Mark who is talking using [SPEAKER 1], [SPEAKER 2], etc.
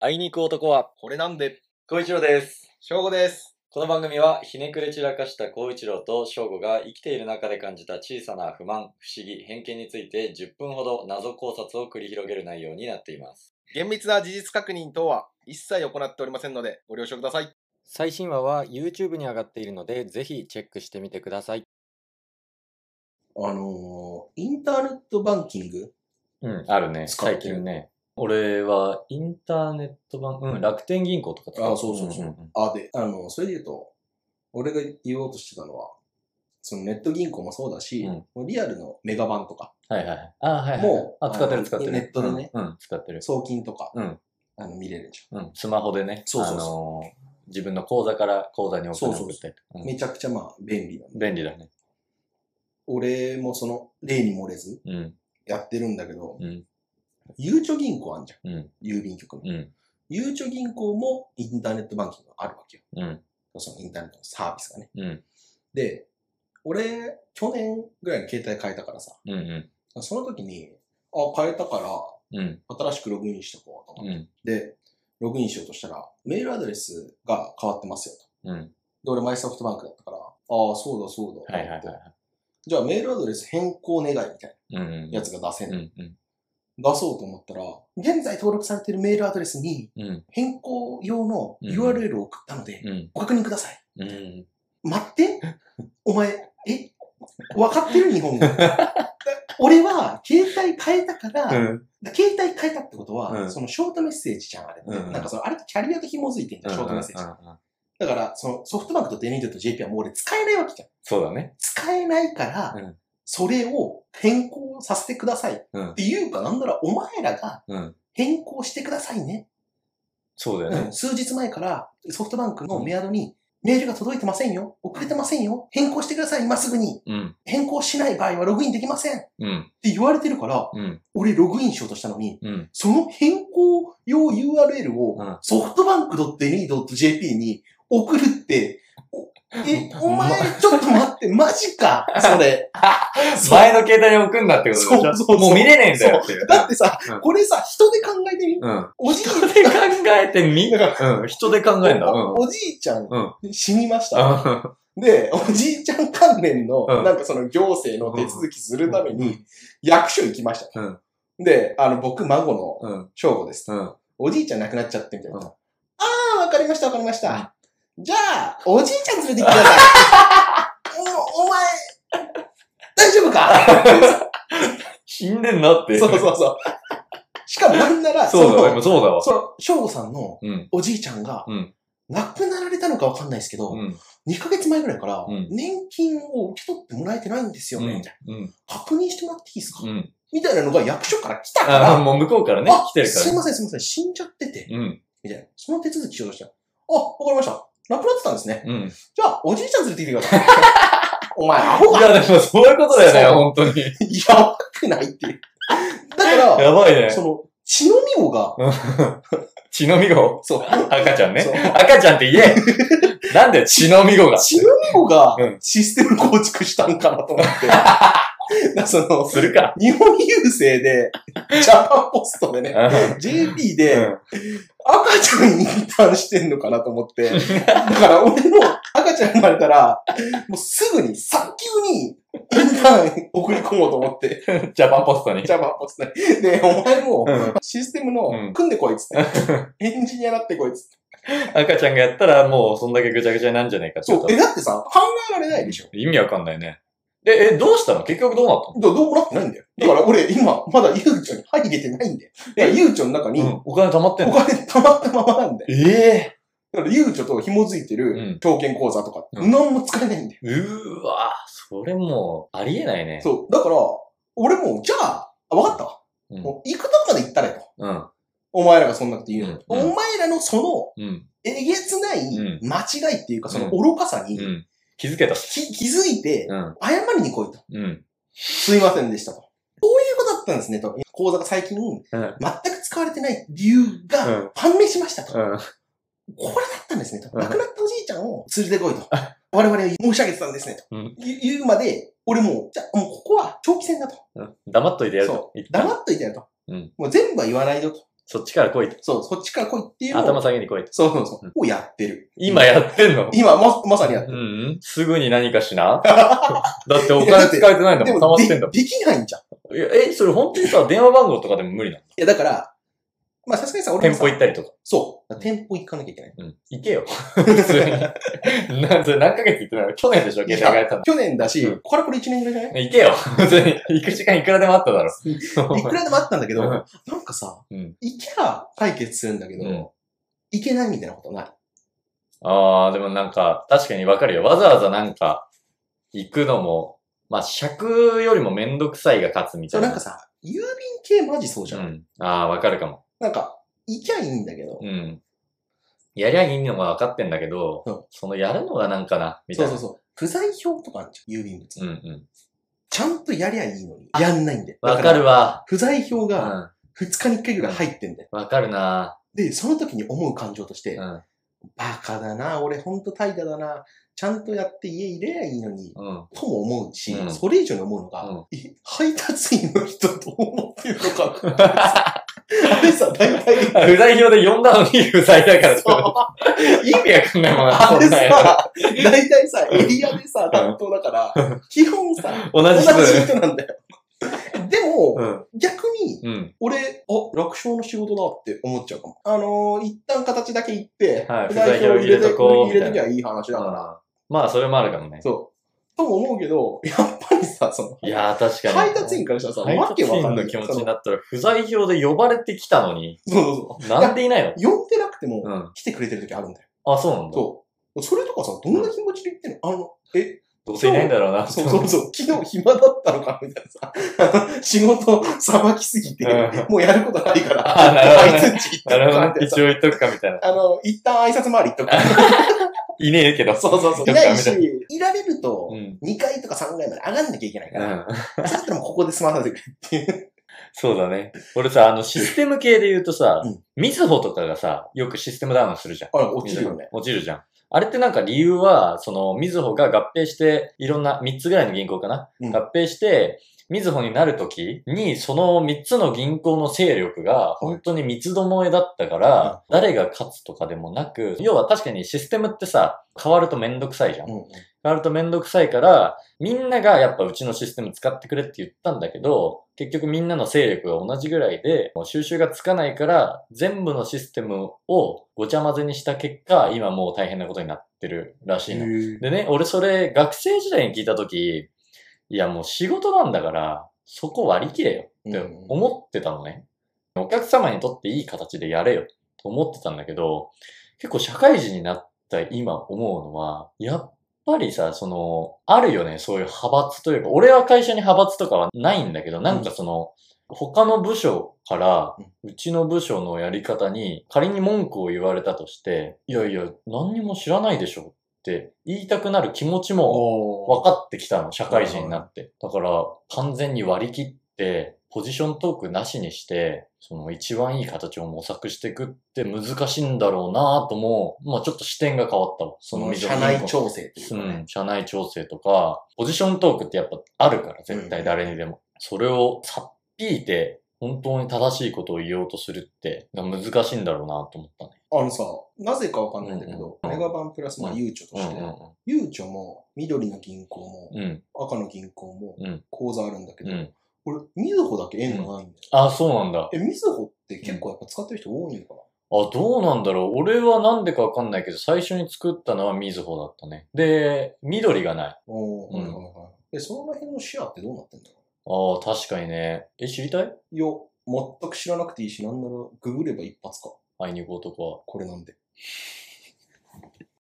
[SPEAKER 1] あいにく男は、
[SPEAKER 2] これなんで、
[SPEAKER 1] 孝一郎です。
[SPEAKER 2] 正午です。
[SPEAKER 1] この番組は、ひねくれ散らかした孝一郎と翔吾が生きている中で感じた小さな不満、不思議、偏見について10分ほど謎考察を繰り広げる内容になっています。
[SPEAKER 2] 厳密な事実確認等は一切行っておりませんので、ご了承ください。
[SPEAKER 1] 最新話は YouTube に上がっているので、ぜひチェックしてみてください。
[SPEAKER 3] あのーインターネットバンキング
[SPEAKER 1] うん、あるね。
[SPEAKER 3] 使って
[SPEAKER 1] 最
[SPEAKER 3] る
[SPEAKER 1] 近ね。俺は、インターネット版、うん、楽天銀行とか使
[SPEAKER 3] あそうそうそう。
[SPEAKER 1] んんん
[SPEAKER 3] あ、で、あの、それで言うと、俺が言おうとしてたのは、そのネット銀行もそうだし、
[SPEAKER 1] うん
[SPEAKER 3] もうリアルのメガバンとか、
[SPEAKER 1] はいはいはい。あ、はいはい。
[SPEAKER 3] もう
[SPEAKER 1] あ、使って
[SPEAKER 3] あ
[SPEAKER 1] る
[SPEAKER 3] の
[SPEAKER 1] 使ってる。
[SPEAKER 3] ネットでね
[SPEAKER 1] うん。うん、使ってる。
[SPEAKER 3] 送金とか、
[SPEAKER 1] うん
[SPEAKER 3] あの見れるじ
[SPEAKER 1] うん、スマホでね、
[SPEAKER 3] そうそうそう
[SPEAKER 1] あのー自分の口座から口座にお金を
[SPEAKER 3] そう
[SPEAKER 1] 送
[SPEAKER 3] そう
[SPEAKER 1] ったりとか
[SPEAKER 3] ゃん。
[SPEAKER 1] うん
[SPEAKER 3] めちゃくちゃまあ便利なんで。
[SPEAKER 1] 便利だね。
[SPEAKER 3] 俺もその例に漏れず
[SPEAKER 1] うん、
[SPEAKER 3] やってるんだけど、
[SPEAKER 1] うん、
[SPEAKER 3] ゆうちょ銀行あんじゃ
[SPEAKER 1] うん、
[SPEAKER 3] ん。郵便局の。
[SPEAKER 1] うん、
[SPEAKER 3] ゆうちょ銀行もインターネットバンキングがあるわけよ。
[SPEAKER 1] うん、
[SPEAKER 3] そのインターネットのサービスがね。
[SPEAKER 1] うん、
[SPEAKER 3] で、俺、去年ぐらいに携帯変えたからさ、
[SPEAKER 1] うん、うん、
[SPEAKER 3] その時に、あ、変えたから、
[SPEAKER 1] うん、
[SPEAKER 3] 新しくログインしとこうと思って。
[SPEAKER 1] うん、
[SPEAKER 3] で、ログインしようとしたら、メールアドレスが変わってますよと。
[SPEAKER 1] うん、
[SPEAKER 3] で、俺、マイソフトバンクだったから、ああ、そうだそうだ。
[SPEAKER 1] はいはいはいは
[SPEAKER 3] じゃあ、メールアドレス変更願いみたい
[SPEAKER 1] い。うん、うん、
[SPEAKER 3] なやつが出せ
[SPEAKER 1] う
[SPEAKER 3] ない、
[SPEAKER 1] ん、うん、
[SPEAKER 3] 出そうと思ったら、現在登録されているメールアドレスに
[SPEAKER 1] うん、
[SPEAKER 3] 変更用の
[SPEAKER 1] うん
[SPEAKER 3] URL を送ったので、
[SPEAKER 1] うん、
[SPEAKER 3] ご確認ください。
[SPEAKER 1] うん、
[SPEAKER 3] 待ってお前、え分かってる 日本語。俺は、携帯変えたから、
[SPEAKER 1] うん、
[SPEAKER 3] だ携帯変えたってことは、
[SPEAKER 1] うん
[SPEAKER 3] そのショートメッセージじゃん、あれって。
[SPEAKER 1] うん
[SPEAKER 3] なんかその、あれってキャリアと紐づいてんじゃん、ショートメッセージ。だから、そのソフトバンクとデニートと JP はもう俺使えないわけじゃん。
[SPEAKER 1] そうだね。
[SPEAKER 3] 使えないから、
[SPEAKER 1] うん
[SPEAKER 3] それを変更させてください。
[SPEAKER 1] うん
[SPEAKER 3] っていうか、なんならお前らが
[SPEAKER 1] うん、
[SPEAKER 3] 変更してくださいね。
[SPEAKER 1] そうだよ
[SPEAKER 3] う
[SPEAKER 1] ね
[SPEAKER 3] ん。数日前からソフトバンクのメアドに、メールが届いてませんよ。遅れてませんよ。変更してください、今すぐに。
[SPEAKER 1] うん、
[SPEAKER 3] 変更しない場合はログインできません。っ
[SPEAKER 1] うん、
[SPEAKER 3] て言われてるから、
[SPEAKER 1] うん、
[SPEAKER 3] 俺ログインしようとしたのに、
[SPEAKER 1] うん、
[SPEAKER 3] その変更用 URL
[SPEAKER 1] う
[SPEAKER 3] を
[SPEAKER 1] ん
[SPEAKER 3] ソフトバンク .ne.jp に送るって、お え、お前、ちょっと待って、マジか、それ。そう
[SPEAKER 1] 前の携帯に置くんだってことでしょ
[SPEAKER 3] そうそうそう
[SPEAKER 1] もう見れねえんだよっていう。
[SPEAKER 3] だってさ
[SPEAKER 1] うん、
[SPEAKER 3] これさ、人で考えてみ
[SPEAKER 1] うん。
[SPEAKER 3] おじいち
[SPEAKER 1] 人で考えてみ、うん、人で考え
[SPEAKER 3] ゃ
[SPEAKER 1] ん
[SPEAKER 3] ん、
[SPEAKER 1] だ。うん。
[SPEAKER 3] おじいちゃん
[SPEAKER 1] うん。
[SPEAKER 3] 死にました。
[SPEAKER 1] あ
[SPEAKER 3] で、おじいちゃん関連の、
[SPEAKER 1] うん
[SPEAKER 3] なんかその行政の手続きするため
[SPEAKER 1] う
[SPEAKER 3] に、役所行きました。
[SPEAKER 1] うん
[SPEAKER 3] で、あの、僕、孫の
[SPEAKER 1] うん、
[SPEAKER 3] 正吾です。
[SPEAKER 1] うん、
[SPEAKER 3] おじいちゃん亡くなっちゃってみたいな。
[SPEAKER 1] うん
[SPEAKER 3] ああ、わかりました、わかりました。じゃあ、おじいちゃん連れてきてくださ い。おお前、大丈 夫か
[SPEAKER 1] 死んでんなって。
[SPEAKER 3] そうそうそう。しかもなんなら、
[SPEAKER 1] そうだ
[SPEAKER 3] の
[SPEAKER 1] わ、そうだわ。
[SPEAKER 3] その、翔吾さんの
[SPEAKER 1] うん。
[SPEAKER 3] おじいちゃんが、
[SPEAKER 1] うん
[SPEAKER 3] 亡くなられたのかわかんないですけど、
[SPEAKER 1] うん。
[SPEAKER 3] 2ヶ月前ぐらいから
[SPEAKER 1] うん、
[SPEAKER 3] 年金を受け取ってもらえてないんですよね、みたい
[SPEAKER 1] うん。
[SPEAKER 3] な確認してもらっていいですか、
[SPEAKER 1] うん。
[SPEAKER 3] みたいなのが役所から来たか
[SPEAKER 1] あ
[SPEAKER 3] ら、
[SPEAKER 1] あ、もう向こうからね、
[SPEAKER 3] あ
[SPEAKER 1] 来てるか
[SPEAKER 3] すい
[SPEAKER 1] ら。
[SPEAKER 3] ませんすいません、死んじゃってて、
[SPEAKER 1] うん。
[SPEAKER 3] みたいな。その手続きしようとしたら、あ、わかりました。なくなってたんですね。
[SPEAKER 1] うん。
[SPEAKER 3] じゃあ、おじいちゃん連れてきてくだ さい。お前、アホ
[SPEAKER 1] い
[SPEAKER 3] が
[SPEAKER 1] や、でもそういうことだよね、
[SPEAKER 3] そう
[SPEAKER 1] 本当に。
[SPEAKER 3] やばくないっていう。だか
[SPEAKER 1] やばいね
[SPEAKER 3] ら、。その、血のみをが、
[SPEAKER 1] 血のみご。
[SPEAKER 3] そう。
[SPEAKER 1] 赤ちゃんね
[SPEAKER 3] そう。
[SPEAKER 1] 赤ちゃんって言 え。なんで血のみごが。
[SPEAKER 3] 血のみをが
[SPEAKER 1] うん
[SPEAKER 3] システム構築したんかなと思って。 だからその、
[SPEAKER 1] するか。
[SPEAKER 3] 日本郵政で、ジャパンポストでね、JP
[SPEAKER 1] う
[SPEAKER 3] で
[SPEAKER 1] ん
[SPEAKER 3] 赤ちゃんにインターンしてんのかなと思って。だから俺も赤ちゃん生まれたら、もうすぐに、早急にインターン送り込もうと思って。
[SPEAKER 1] ジャパンポストに。
[SPEAKER 3] ジャマポスね。で、お前も
[SPEAKER 1] うん、
[SPEAKER 3] システム
[SPEAKER 1] うん
[SPEAKER 3] の、組んでこいっつって。 エンジニアなってこいっつって。
[SPEAKER 1] 赤ちゃんがやったら、もうそんだけぐちゃぐちゃになんじゃねえかって
[SPEAKER 3] そう
[SPEAKER 1] こ、と
[SPEAKER 3] え、だってさ、考えられないでしょ。
[SPEAKER 1] 意味わかんないね。で、え、どうしたの結局どうなっ
[SPEAKER 3] どどうもなってないんだよ。だから俺今、まだゆうちょに入れてないんだよ。だからゆうちょの中
[SPEAKER 1] た
[SPEAKER 3] に、
[SPEAKER 1] のう
[SPEAKER 3] お
[SPEAKER 1] ん。お金貯まってんの
[SPEAKER 3] 金溜まったままなんだよ。
[SPEAKER 1] ええ。
[SPEAKER 3] だからゆうちょと紐づいて
[SPEAKER 1] うん
[SPEAKER 3] る証券口座とか、
[SPEAKER 1] うん
[SPEAKER 3] 何も使えないんだよ。
[SPEAKER 1] うーわ、それもう、ありえないね。
[SPEAKER 3] そう。だから、俺も、じゃあ、あわかったわ。
[SPEAKER 1] うん
[SPEAKER 3] もう行くとこまで行ったらよと。
[SPEAKER 1] うん。
[SPEAKER 3] お前らがそんなこと言うの。
[SPEAKER 1] うんうん
[SPEAKER 3] お前らのその、
[SPEAKER 1] うん。
[SPEAKER 3] えげつない
[SPEAKER 1] うん
[SPEAKER 3] 間違いっていうか、その
[SPEAKER 1] う
[SPEAKER 3] 愚かさに、
[SPEAKER 1] うん。気づけた。
[SPEAKER 3] き気づいて、
[SPEAKER 1] うん。
[SPEAKER 3] 謝りに来いと。
[SPEAKER 1] うん。
[SPEAKER 3] すいませんでしたと。そういうことだったんですねと。口座が最近、
[SPEAKER 1] うん。
[SPEAKER 3] 全く使われてない理由
[SPEAKER 1] う
[SPEAKER 3] が
[SPEAKER 1] ん
[SPEAKER 3] 判明しましたと。
[SPEAKER 1] うん。
[SPEAKER 3] これだったんですねと。
[SPEAKER 1] うん
[SPEAKER 3] 亡くなったおじいちゃんを連れてこいと。我々は申し上げてたんですねと。
[SPEAKER 1] うん
[SPEAKER 3] い言うまで、俺もう、じゃあもうここは長期戦だと。
[SPEAKER 1] うん黙っといてやる
[SPEAKER 3] そ
[SPEAKER 1] と。一旦
[SPEAKER 3] 黙っといてやると。
[SPEAKER 1] うん
[SPEAKER 3] もう全部は言わないよと。
[SPEAKER 1] そっちから来いと。
[SPEAKER 3] そう、そっちから来いっていうのを
[SPEAKER 1] 頭下げに来いと。
[SPEAKER 3] そうそうそう
[SPEAKER 1] うん。
[SPEAKER 3] をやってる。
[SPEAKER 1] 今やってんの
[SPEAKER 3] 今、ま、まさにやって
[SPEAKER 1] う
[SPEAKER 3] る。
[SPEAKER 1] ん、すぐに何かし な。だってお金使えてないんだ
[SPEAKER 3] で
[SPEAKER 1] もん。溜ま
[SPEAKER 3] も
[SPEAKER 1] って
[SPEAKER 3] で、
[SPEAKER 1] んだも
[SPEAKER 3] できないんじゃん。
[SPEAKER 1] ん。い
[SPEAKER 3] い
[SPEAKER 1] やえ、それ本当にさ、電話番号とかでも無理なの
[SPEAKER 3] や、だから、まあ、さすがにさ、
[SPEAKER 1] 店
[SPEAKER 3] 俺もさ
[SPEAKER 1] 舗行ったりとか。
[SPEAKER 3] そう。店舗行かなきゃいけない。
[SPEAKER 1] うん。行けよ。普通に。 な、それ何ヶ月行ってないの去年でしょ携帯がやったの。
[SPEAKER 3] 去年だし、
[SPEAKER 1] うん
[SPEAKER 3] これこれ1年ぐらいじゃない
[SPEAKER 1] 行けよ。普通に。行く時間いくらでもあっただろ。
[SPEAKER 3] いくらでもあったんだけど、
[SPEAKER 1] うん
[SPEAKER 3] なんかさ、
[SPEAKER 1] うん
[SPEAKER 3] 行きゃ解決するんだけど、
[SPEAKER 1] うん
[SPEAKER 3] 行けないみたいなことない。
[SPEAKER 1] ああ、でもなんか、確かにわかるよ。わざわざなんか、行くのも、まあ、尺よりもめんどくさいが勝つみた
[SPEAKER 3] そ、
[SPEAKER 1] いうな。
[SPEAKER 3] なんかさ、郵便系マジそうじゃん。
[SPEAKER 1] うん。ああ、わかるかも。
[SPEAKER 3] なんか、行きゃいいんだけど、
[SPEAKER 1] うん。やりゃいいのは分かってんだけど、
[SPEAKER 3] うん
[SPEAKER 1] そのやるのがなんかな、みた
[SPEAKER 3] そ
[SPEAKER 1] いうな。
[SPEAKER 3] そうそう。不在票とかあるじゃん、郵便物。
[SPEAKER 1] うんうん。
[SPEAKER 3] ちゃんとやりゃいいのに、やんないんだよ。
[SPEAKER 1] わ
[SPEAKER 3] だ
[SPEAKER 1] からるわ。
[SPEAKER 3] 不在票
[SPEAKER 1] う
[SPEAKER 3] が
[SPEAKER 1] ん。
[SPEAKER 3] 2日に1回ぐらい入ってんだよ。
[SPEAKER 1] わかるな
[SPEAKER 3] で、その時に思う感情として、
[SPEAKER 1] うん。
[SPEAKER 3] バカだな、俺ほんと怠惰だな、ちゃんとやって家入れりゃいいのに、
[SPEAKER 1] うん。
[SPEAKER 3] とも思うし、
[SPEAKER 1] うん
[SPEAKER 3] それ以上に思うのが、
[SPEAKER 1] うん
[SPEAKER 3] え、配達員の人どう思ってるのかなあれさ、大体、
[SPEAKER 1] 不在表で呼んだのに不在だから、
[SPEAKER 3] そう
[SPEAKER 1] 意味わかんないもんな、
[SPEAKER 3] あ
[SPEAKER 1] そ
[SPEAKER 3] れ
[SPEAKER 1] んなんや
[SPEAKER 3] さ、大体さ、エリアでさ、担当だから、基本さ、
[SPEAKER 1] 同
[SPEAKER 3] 同
[SPEAKER 1] じ
[SPEAKER 3] じ
[SPEAKER 1] 人だよ
[SPEAKER 3] 人なんだよ。でも、
[SPEAKER 1] うん。
[SPEAKER 3] 逆に、
[SPEAKER 1] うん。
[SPEAKER 3] 俺、あ、楽勝の仕事だって思っちゃうかも。あのー、一旦形だけ言って、
[SPEAKER 1] はい
[SPEAKER 3] 不在票
[SPEAKER 1] 不在票入れとこう
[SPEAKER 3] 入れときゃいい話だから。
[SPEAKER 1] まあ、それもあるかもね。
[SPEAKER 3] そう。とも思うけど、やっぱりさ、その、
[SPEAKER 1] いやー、確かに。
[SPEAKER 3] 配達員からしたらさ、
[SPEAKER 1] 配
[SPEAKER 3] わ
[SPEAKER 1] 達
[SPEAKER 3] けわか
[SPEAKER 1] 員
[SPEAKER 3] んな
[SPEAKER 1] の
[SPEAKER 3] い。
[SPEAKER 1] 気持ち
[SPEAKER 3] そ
[SPEAKER 1] に
[SPEAKER 3] の
[SPEAKER 1] なったら、不在表で呼ばれてきたのに、
[SPEAKER 3] そうそうそう。
[SPEAKER 1] なんでいないの
[SPEAKER 3] 呼んでなくても、
[SPEAKER 1] うん。
[SPEAKER 3] 来てくれてる時あるんだよ。
[SPEAKER 1] あ、そうなんだ。
[SPEAKER 3] そう。それとかさ、どんな気持ちで言ってんのあの、え、
[SPEAKER 1] どうせいないんだろうな。
[SPEAKER 3] そうそうそう、昨日暇だったのかみたいなさ、あの仕事さばきすぎて
[SPEAKER 1] うん、
[SPEAKER 3] もうやることないから、
[SPEAKER 1] あ、なるほど
[SPEAKER 3] あ
[SPEAKER 1] ね
[SPEAKER 3] いつんち行った
[SPEAKER 1] な
[SPEAKER 3] の
[SPEAKER 1] る
[SPEAKER 3] か
[SPEAKER 1] ほどね。
[SPEAKER 3] みたいなさ
[SPEAKER 1] 一応言っとくかみたいな。
[SPEAKER 3] あの、一旦挨拶回り行っ とく。
[SPEAKER 1] いねえけど。
[SPEAKER 3] そうそうそう。い
[SPEAKER 1] 言っとく
[SPEAKER 3] な
[SPEAKER 1] か
[SPEAKER 3] い
[SPEAKER 1] みたい
[SPEAKER 3] し、いられると
[SPEAKER 1] う、ん。
[SPEAKER 3] 2階とか3階まで上がんなきゃいけないか
[SPEAKER 1] う
[SPEAKER 3] ら、
[SPEAKER 1] ん。
[SPEAKER 3] そしたらもうここで済まさせてくれっ ていう。
[SPEAKER 1] そうだね。俺さ、あの、システム系で言うとさ
[SPEAKER 3] うん、
[SPEAKER 1] みずほとかがさ、よくシステムダウンするじゃん。
[SPEAKER 3] あれ、落ちるよね。
[SPEAKER 1] 落ちるじゃん。あれってなんか理由は、その、みずほが合併して、いろんな、3つぐらいの銀行かな、
[SPEAKER 3] うん
[SPEAKER 1] 合併して、みずほになるときに、その3つの銀行の勢力が、本当に三つどもえだったから、誰が勝つとかでもなく、要は確かにシステムってさ、変わるとめんどくさいじゃん。
[SPEAKER 3] うんうん
[SPEAKER 1] 変わるとめんどくさいから、みんながやっぱうちのシステム使ってくれって言ったんだけど、結局みんなの勢力が同じぐらいで、もう収集がつかないから、全部のシステムをごちゃ混ぜにした結果、今もう大変なことになってるらしいの。
[SPEAKER 3] へー
[SPEAKER 1] でね、俺それ学生時代に聞いたとき、いやもう仕事なんだから、そこ割り切れよって思ってたのね。お客様にとっていい形でやれよと思ってたんだけど、結構社会人になった今思うのは、やっぱりさ、その、あるよね、そういう派閥というか、俺は会社に派閥とかはないんだけど、なんかその、他の部署から
[SPEAKER 3] うん、
[SPEAKER 1] うちの部署のやり方に、仮に文句を言われたとして、いやいや、何にも知らないでしょって言いたくなる気持ちも
[SPEAKER 3] お
[SPEAKER 1] 分かってきたの、社会人になって。だから、完全に割り切って、ポジショントークなしにして、その一番いい形を模索していくって難しいんだろうなぁとも、まあちょっと視点が変わったわ。そ
[SPEAKER 3] その
[SPEAKER 1] 溝
[SPEAKER 3] 社内調整っていう
[SPEAKER 1] う
[SPEAKER 3] かね
[SPEAKER 1] ん、社内調整とか、ポジショントークってやっぱあるから、絶
[SPEAKER 3] う
[SPEAKER 1] 対
[SPEAKER 3] ん
[SPEAKER 1] 誰にでも。それをさっぴいて、本当に正しいことを言おうとするって、難しいんだろうなと思ったね。
[SPEAKER 3] あのさ、なぜかわかんないんだけど、
[SPEAKER 1] うんうん
[SPEAKER 3] メガバンプラスのゆうちょとして、ゆうちょも、緑の銀行も、
[SPEAKER 1] うん、うん。
[SPEAKER 3] 赤の銀行も
[SPEAKER 1] うん、
[SPEAKER 3] 口座あるんだけ
[SPEAKER 1] うん、う
[SPEAKER 3] ど、
[SPEAKER 1] ん。
[SPEAKER 3] 俺、みずほだけ縁がないんだよ。
[SPEAKER 1] あ、そうなんだ。
[SPEAKER 3] え、みずほって結構やっぱ使ってる人多いのかな、
[SPEAKER 1] あ、どうなんだろう。俺はなんでかわかんないけど、最初に作ったのはみずほだったね。で、緑がない。
[SPEAKER 3] お
[SPEAKER 1] う
[SPEAKER 3] ー
[SPEAKER 1] ん
[SPEAKER 3] はいはいはい。え、その辺のシェアってどうなってんだろ
[SPEAKER 1] ああ、確かにね。え、知りたいう
[SPEAKER 3] いや、全く知らなくていいし、なんならググれば一発か。
[SPEAKER 1] 会いに行こうと
[SPEAKER 3] これなんで。